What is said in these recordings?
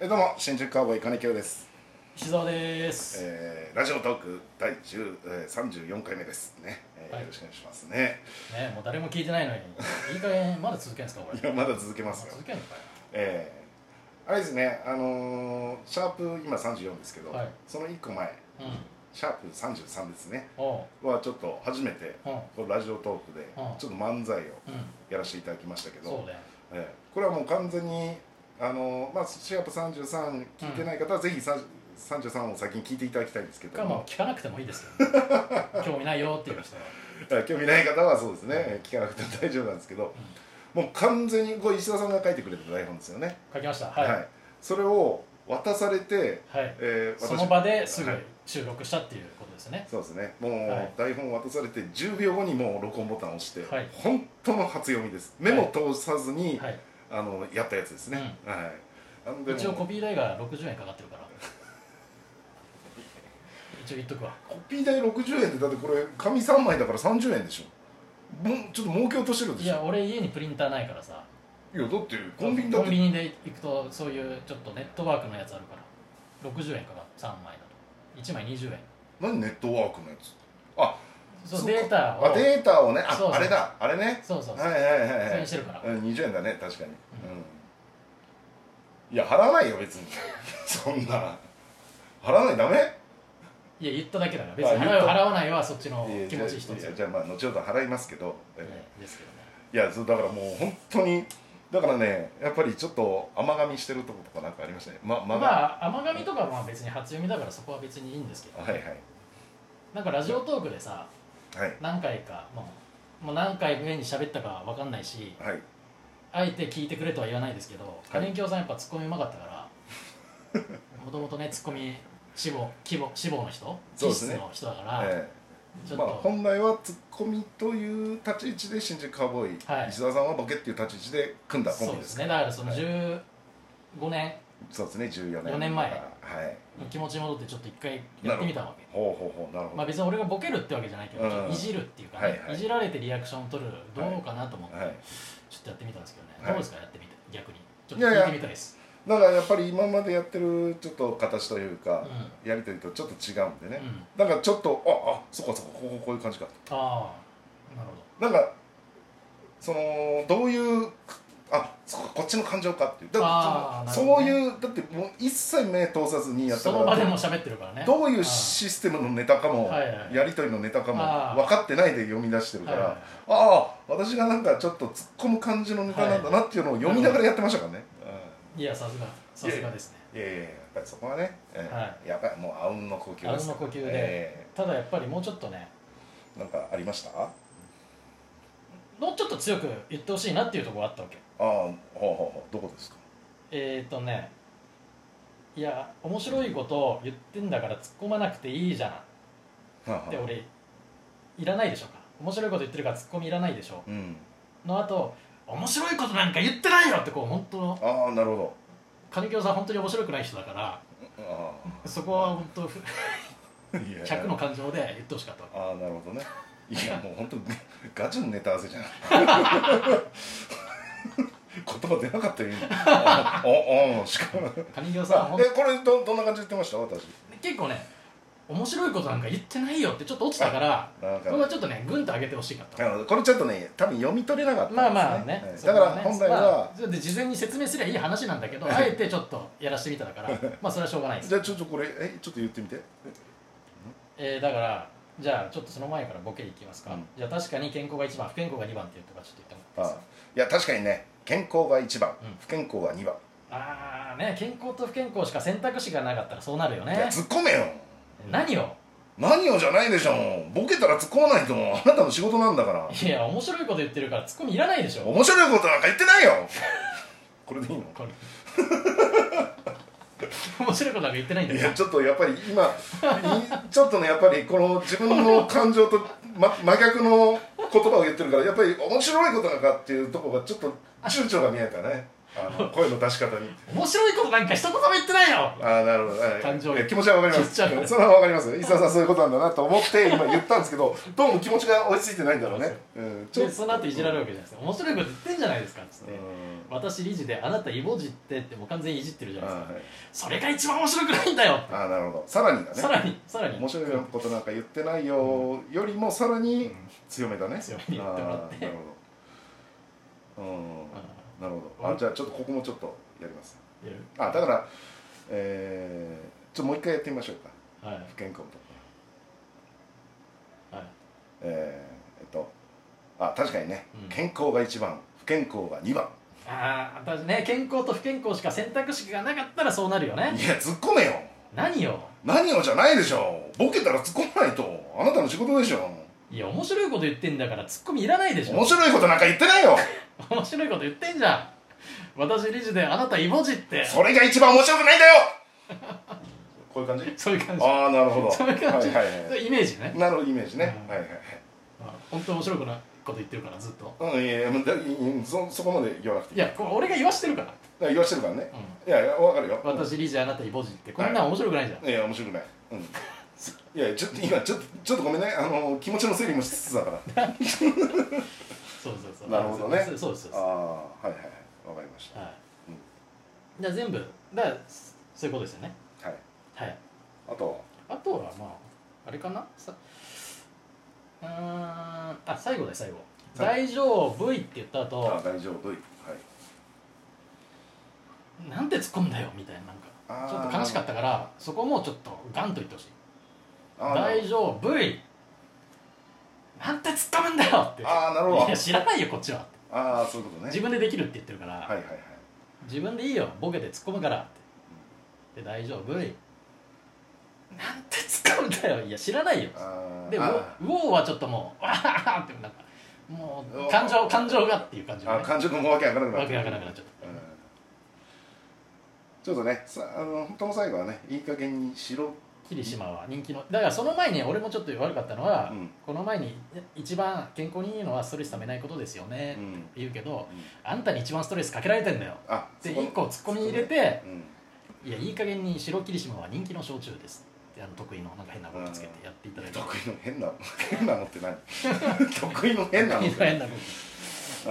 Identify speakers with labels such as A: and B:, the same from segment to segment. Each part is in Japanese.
A: えどうも新宿カウボーイ金城です、
B: 石澤です、
A: えー、ラジオトーク第10、えー、34回目ですね、えー
B: はい
A: よろしくお願いしますね
B: ねもう誰も聞いてないのにいい加減まだ続けんすかこれ
A: いやまだ続けますよ
B: 続けんのかよ
A: えー、あれですねあのー、シャープ今34ですけど、
B: はい
A: その1個前
B: うん
A: シャープ33ですね
B: お
A: はちょっと初めて
B: ううん
A: このラジオトークでち
B: う
A: ょ
B: ん
A: っと漫才を
B: うん
A: やらせていただきましたけど、
B: そうね
A: えーこれはもう完全にあのーまあシャープ33聞いてない方はぜひさ33を先に聞いていただきたいんですけど
B: か
A: も
B: もう聞かなくても いいですよ、興味ないよっていう人は
A: はい興味ない方はそうですね聞かなくても大丈夫なんですけど、もう完全にこれ石田さんが書いてくれた台本ですよね
B: 書きましたはい、はい
A: それを渡されて、えー私
B: その場ですぐ
A: はい
B: 収録したっていうことですね
A: そうですねもう、
B: はい
A: 台本渡されて10秒後にもう録音ボタンを押して、
B: はい
A: 本当の初読みですメモ通さずに、
B: はい
A: あのやったやつですね、はいあのでも
B: 一応コピー代が60円かかってる から一応言っとくわ
A: コピー代60円ってだってこれ紙3枚だから30円でしょもうちょっと儲けようとしてるで
B: い
A: しょ
B: や俺家にプリンターないからさ
A: いやだってコンビニだっ
B: コンビ
A: て
B: ニで行くとそういうちょっとネットワークのやつあるから60円かか3枚だと1枚20円
A: 何ネットワークのやつあ
B: そう
A: そうか
B: データを
A: あデータをねあ
B: そうそう
A: あれだあれね
B: そうそうそう、
A: はいはいはい
B: そ
A: は
B: れ
A: い
B: にしてるから、
A: うん20円だね確かに、
B: うん
A: うん、いや払わないよ別に そんな払わないダメ
B: いや言っただけだから別に
A: あ言
B: 払う
A: った
B: 払わないはそっちの
A: いや
B: 気持ち一つ
A: じゃあじゃあまあ後ほど払いますけど、え
B: ねですけどね
A: いやそうだからもう本当にだからねやっぱりちょっと甘噛みしてるとことかなんかありましたねまま
B: ま
A: が、
B: あ甘神とかはまあ別に初読みだからそこは別にいいんですけど、
A: はいはい
B: なんかラジオトークでさ
A: はい
B: 何回かもうもう何回目に喋ったかわかんないし
A: はい
B: あえて聞いてくれとは言わないですけど金京さんやっぱツッコミうまかったから もともとねツッコミ志望希望志望の人
A: そう
B: 気
A: です
B: 質
A: ね
B: の人だから、
A: え
B: ち
A: え
B: ょっ
A: ま
B: と、
A: あ本来はツッコミという立ち位置で新宿カウボーイ、
B: はい
A: 石田さんはボケっていう立ち位置で組んだコン
B: そう
A: ビ
B: で
A: ですす
B: ね
A: から
B: だからその
A: はい
B: 15年
A: そうですね14年
B: 4年前
A: はい
B: の気持ちに戻ってちょっと一回やってみたわけ
A: ほうほうほうなるほど、
B: まあ別に俺がボケるってわけじゃないけど、
A: うん
B: ちょっといじるっていうかね、
A: はい
B: い
A: はい
B: じられてリアクションを取るどうかなと思って、
A: はい、
B: ちょっとやってみたんですけどね、
A: はい
B: どうですかやってみて逆にちょっと聞いてみたいです
A: だからやっぱり今までやってるちょっと形というか、やりとりとちょっと違うんでね、
B: うん、うん、
A: なんかちょっとああそっかそっかこここういう感じか
B: ああなる
A: なんかそのどういうあそっかこっちの感情かっていうだ
B: あー
A: そ
B: な
A: の
B: る
A: そうい
B: ほどね
A: うだってもう一切目通さずにや
B: ほど
A: った
B: そ
A: か
B: の場でも
A: ら
B: 喋ってるからね
A: どうい
B: あ
A: う
B: あ
A: システムのネタかも、
B: はいはい
A: やりとりのネタかも
B: あー
A: 分かってないで読み出してる
B: は
A: か
B: い
A: ら、
B: はいはい
A: ああ私がなんかちょっと突っ込む感じのネタなんだなっていうのを読みながらやってましたからね、
B: いやさすがさすがですね
A: うんいやいやいややっぱりそこはね、えー
B: は
A: やっぱりもうあうんの呼吸
B: あうんの呼吸で
A: え
B: ただやっぱりもうちょっとね
A: ーなんかありましたあ
B: もうちょっと強く言ってほしいなっていうところがあったわけ
A: あほうほうほうどこですか
B: えーとねいや面白いことを言ってんだから突っ込まなくていいじゃ
A: は
B: んっ
A: あ
B: て
A: はあ
B: 俺いらないでしょか面白いこと言ってるから突っ込みいらないでしょ
A: うん
B: のあと面白いことなんか言ってないよってこう本当の
A: ああなるほど
B: 金京さん本当に面白くない人だから
A: あ
B: そこは本当ふ
A: あいや
B: 100の感情で言ってほしかったわ
A: ああなるほどねい やもう本当にガチのネタ合わせじゃない 言葉出なかったよ今 あおおしかも
B: け金京さ
A: さあ
B: んはほん
A: えこれどどんな感じで言ってました私
B: 結構ね面白いことなんか言ってないよってちょっと落ちたから
A: なん
B: こ
A: か
B: れはちょっとねグンと上げてほしかった
A: なるほどこれちょっとね多分読み取れなかったんです
B: まあまあね、
A: はい
B: そ
A: だ
B: こ
A: から
B: ね
A: 本来
B: ま
A: は
B: あ、それで事前に説明すりゃいい話なんだけどあえてちょっとやらせてみただ からまあそれはしょうがないです
A: じゃあちょっとこれえちょっと言ってみて
B: えーだからじゃあちょっとその前からボケいきますか、
A: うん
B: じゃあ確かに健康が1番不健康が2番っていうとかちょっと言ってもら
A: あ
B: っ
A: あ
B: ていいです
A: いや確かにね健康が1番、
B: うん
A: 不健康が2番、
B: かああね健康と不健康しか選択肢がなかったらそうなるよ
A: いや
B: ね
A: 突っ込めよ
B: 何を
A: 何をじゃないでしょボケたら突っ込まないともうあなたの仕事なんだから
B: いや面白いこと言ってるからツッコミいらないでしょ
A: 面白いことなんか言ってない よこれでいいの
B: これ 面白いことなんか言ってないんだ
A: い
B: よ
A: やちょっとやっぱり今いちょっとねやっぱりこの自分の感情と、ま、真逆の言葉を言ってるからやっぱり面白いことなんかっていうところがちょっと躊躇が見えたねあ の声の出し方に
B: 面白いことなんか一言も言ってないよ
A: ああなるほど、はい
B: 感情
A: いや気持ちはわかりま
B: 気持ちは
A: すそれはわかります伊沢さんそういうことなんだなと思って今言ったんですけどどうも気持ちが追いついてないんだろうね、うん、
B: でその後いじられる
A: る
B: わけじゃないですか面白いこと言ってんじゃないですかっつって、私理事であなたイボじってってもう完全にいじってるじゃないですか、
A: はい
B: それが一番面白くないんだよって
A: ああなるほどさらにだね
B: さらにさらに
A: 面白いことなんか言ってないよよりもさら
B: う
A: に
B: ん
A: 強めだね
B: 強めに言ってもらって
A: あーなるほどうんなるほど
B: う
A: あ
B: ん
A: じゃあちょっとここもちょっとやります
B: いや
A: あだからえー、ちょっともう一回やってみましょうか
B: はい
A: 不健康とか
B: はい
A: えー、えっとあ確かにね、
B: うん
A: 健康が一番不健康が二番
B: ああ私ね健康と不健康しか選択肢がなかったらそうなるよね
A: いや突っ込めよ
B: 何よ
A: 何をじゃないでしょボケたら突っ込まないとあなたの仕事でしょ
B: いや面白いこと言ってんだからツッコミいらないでしょ
A: 面白いことなんか言ってないよ
B: 面白いこと言ってんじゃん私理事であなたイボジって
A: それが一番面白くないんだ よこういう感じ
B: そういう感じ
A: ああなるほど
B: そういう感じ、
A: はいはい
B: そ
A: は
B: ういうイメージね
A: い、 なるほどイメージね、
B: うん
A: はいはい
B: あ本当面白くないこと言ってるからずっと
A: はいうんいやいやもうだうんそそこまで言わなくてい
B: いやこれ俺が言わしてるから、
A: い言わしてるからね
B: うん
A: いやいやわかるよ
B: 私理事あなたイボジってこんなん面白くないじゃん、
A: いや面白くないうんいやちょっと今ちょっとちょっとごめんねあの気持ちの整理もしつつ だからあ
B: そうそうそう
A: なるほどね
B: そうそうそう
A: あ
B: は
A: はいはいはいわかりまし
B: い、
A: うん
B: じゃあ全部だからそういうことですよね
A: たはい
B: はい
A: あと
B: あとはまああれかなさうーんあ最後だよ最後「
A: は
B: 大丈夫」って言った後
A: あ大丈夫はい
B: なんて突っ込んだよみたいななんか
A: あー
B: ちょっと悲しかったからそこもちょっとガンと言ってほしい
A: あーなる
B: 大丈夫なんて突っ込むんだよって
A: あーなるほど
B: いや知らないよこっちは
A: ああそういうことね
B: 自分でできるって言ってるから、
A: はいはいはい
B: 自分でいいよボケて突っ込むからってで大丈夫なんて突っ込むんだよいや知らないよ
A: あー
B: でウォ
A: あ
B: ウォーはちょっともうわ ははってなんかも
A: う
B: う
A: わ
B: 感情感情がっていう感じ
A: ー
B: で、ね
A: あー、感情もわけわからなくな
B: わ
A: っ
B: け
A: た
B: わからなくなっちゃった、
A: うんちょっとねさあの本当の最後はねいい加減にしろ
B: 霧島は人気のだからその前に俺もちょっと悪かったのは、
A: うん
B: この前に一番健康にいいのはストレスためないことですよね、
A: うん
B: って言うけどあんたに一番ストレスかけられてんだよ
A: あ
B: で
A: そこ
B: 一個ツッコミ入れて
A: うん
B: 「いやいい加減に白霧島は人気の焼酎です」ってあの得意のなんか変なことつけてやっていただいて、
A: 得意の変な変なのって何 得意の 変なのって
B: 変なこ
A: あ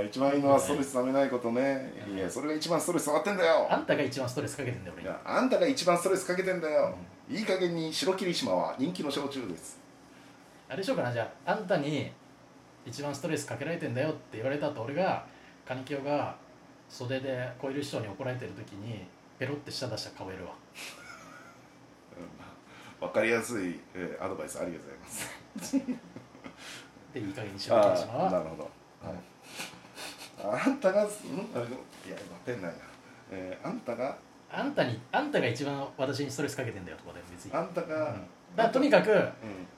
A: ー一番いいのはストレスためないことねいやそれが一番ストレス溜まってんだよ
B: とあんたが一番ストレスかけてんだよ
A: い
B: 俺
A: やあんたが一番ストレスかけてんだよ、いい加減に白霧島は人気の焼酎です
B: あれしようかなじゃああんたに一番ストレスかけられてんだよって言われた後俺が金清が袖で小いる師匠に怒られてる時にペロって舌出した顔やるわ
A: わかりやすい、えーアドバイスありがとうございます
B: でいい加減に白霧島
A: ああーな
B: は
A: るほど、はい、あんたがんあいやペンないな、えーあんたが
B: あんたにあんたが一番私にストレスかけてんだよとかでも別に
A: あんたが、
B: うんだからとにかく
A: うん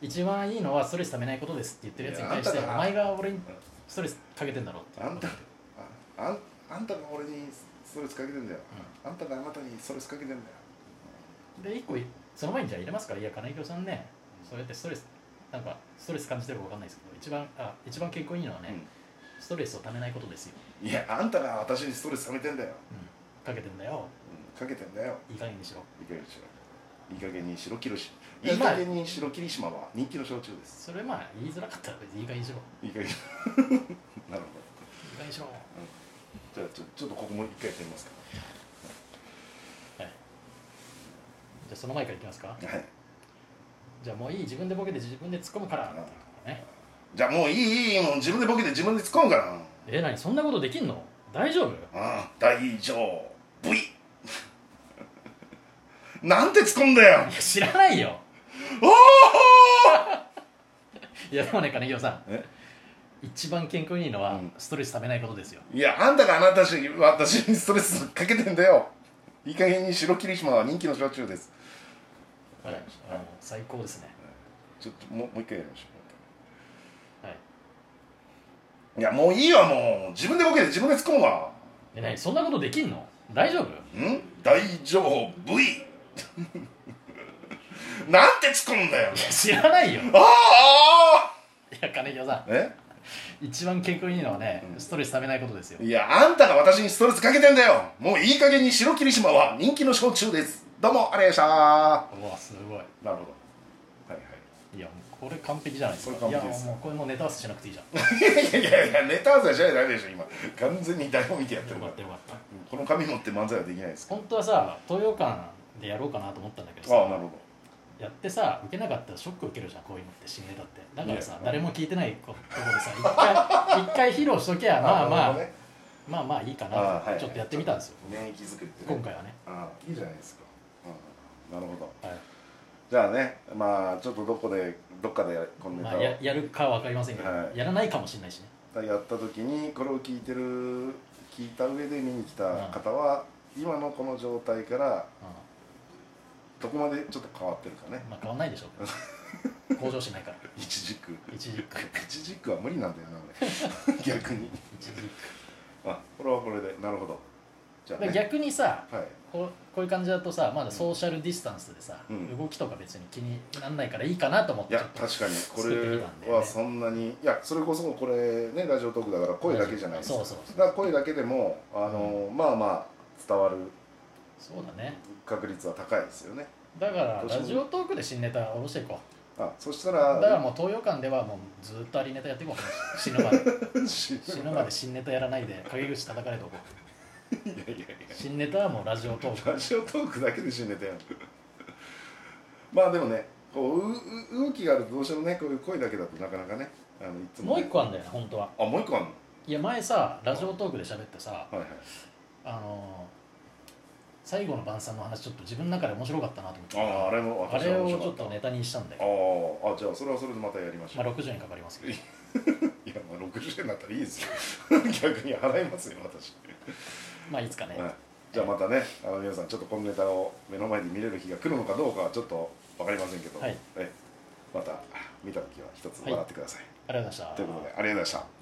B: 一番いいのはストレスためないことですって言ってるやつに対し
A: い
B: て
A: やあんた
B: お
A: が
B: 前が俺にストレスかけてんだろって
A: あんたああんあんたが俺にストレスかけてんだよ、あんたがあなたにストレスかけてんだよ
B: で一個その前にじゃあ入れますからいや金井京さんねそうやってストレスなんかストレス感じてるかわかんないですけど一番あ一番健康いいのはね、ストレスをためないことですよ、
A: いやあんたが私にストレス溜めてんだよ、
B: かけてんだよ
A: うん、かけてんだよ
B: いい加減にしろ
A: いい加減にしろいい加減に白霧島
B: いや
A: いい加減に白霧島は人気の焼酎です
B: それまあ言いづらかったら別にいい加減にしろい
A: いい加減 なるほ
B: い加減にしろ
A: どじゃあちょちょっとここも一回やってみますか
B: じゃあその前からいきますか
A: はい
B: じゃあもういい自分でボケて自分で突っ込むからっていうね
A: じゃあもういいいいもう自分でボケて自分で突っ込むからうん
B: え何そんなことできんの大丈夫
A: 大丈夫 なんて突っ込んだよ
B: いや知らないよ
A: おお
B: いやでもね金井京さん
A: え
B: 一番健康にいいのは
A: うん
B: ストレスためないことですよ、
A: いやあんたがあなたし私にストレスかけてんだよいい加減に白霧島は人気の焼酎です
B: はいあの最高ですね、
A: ちょっともうもう一回やりましょ
B: はい、
A: ういやもういいわもう自分でボケて自分で突っ込むわ
B: え何そんなことできんの大丈夫
A: ん大丈夫 なんて突っ込むんだよ
B: 知らないよい
A: ああ
B: や金城さ
A: え
B: ん一番健康にいいのはね、
A: うん
B: ストレスためないことですよ
A: いやあんたが私にストレスかけてんだよもういい加減に白霧島は人気の焼酎ですどうもありがとうございま
B: うわすごい
A: したなるほどはいはい
B: いやもうこれ完璧じゃないです
A: こ
B: か
A: れ
B: いや
A: 完璧です
B: もうこれもうネタ合わせしなくてい いじゃん
A: いやいやネタ合わせじゃないでしょ今完全に台本見てやって
B: よ
A: るか
B: からったよかった
A: この紙持って漫才はできないですけ
B: 本当はさ東洋館でやろうかなと思ったんだけど
A: どああ
B: さ
A: なるほど
B: やってさ受けなかったらショック受けるじゃんこういうのって新ネタってだから
A: い
B: さ
A: や
B: 誰も聞いてないこところでさ一回一回披露しときゃまあ
A: な
B: ま
A: る
B: あ、
A: ほどね
B: まあまあいいかな
A: あはい
B: ちょっとやってみたんですよ
A: 免疫作りって
B: 今
A: ね
B: 回はね
A: ああいいじゃないですかうんなるほど
B: はい
A: じゃあねまあちょっとどこでどっかでこのネ
B: ま
A: タ
B: あ、
A: を
B: ややるかは分かりませんけど、
A: はい
B: やらないかもしれないしね
A: やった時にこれを聞いてる聞いた上で見に来た方は、今のこの状態から
B: う
A: どこまでちょっと変わってるかね
B: んまあ変わんないでしょうけ ど向上しないから
A: 一軸
B: 一軸
A: 一軸は無理なんだよな俺 逆に
B: 一軸
A: あこれはこれでなるほどじゃあ、ね、
B: で逆にさ
A: はい
B: こうこういう感じだとさまだソーシャルディスタンスでさ、
A: うん
B: 動きとか別に気になんないからいいかなと思っ
A: い
B: てちょ
A: や
B: っと
A: 確かにこ
B: 作ってみたんだ
A: れ
B: よ
A: は
B: ね
A: そんなにいやそれこそこれねラジオトークだから声だけじゃないですか
B: そうそうそう
A: だから声だけでもあの、まあまあ伝わる
B: そうだね
A: 確率は高いですよね
B: だから
A: どうしよう
B: ラジオトークで新ネタ下ろしていこう
A: あそした
B: だ
A: ら
B: からもう東洋館ではもうずっとありネタやっていこう死 ぬまで
A: 死ぬ
B: 死ぬまで新ネタやらないで陰口叩かれとこう
A: いやいやいや
B: 新ネタはもうラジオトーク
A: ラジオトークだけで死んでたよまあでもねこううう動きがあるとどうしてもねこういう声だけだとなかなかねあのいつも
B: もう
A: ね、
B: 一個あんだよね本当は
A: あもう一個あんの
B: いや前さラジオトークで喋ってさ
A: はいはい
B: あのー最後の晩餐の話ちょっと自分の中で面白かったなと思って
A: あああれも
B: あ
A: 私
B: れ
A: は
B: を
A: 面
B: ち
A: 白か
B: ょっとネタにしたんで、
A: あああじゃあそれはそれでまたやりましょ
B: ま
A: う、
B: あ、60円かかりますけど
A: いやまあ60円になったらいいですよ 逆に払いますよ私、
B: まあいつかね、
A: はい、じゃあまたねあの皆さんちょっとこのネタを目の前で見れる日が来るのかどうかはちょっと分かりませんけど、
B: はい
A: えまた見た時は一つ笑ってください、
B: ありがとうございました
A: ということでありがとうございました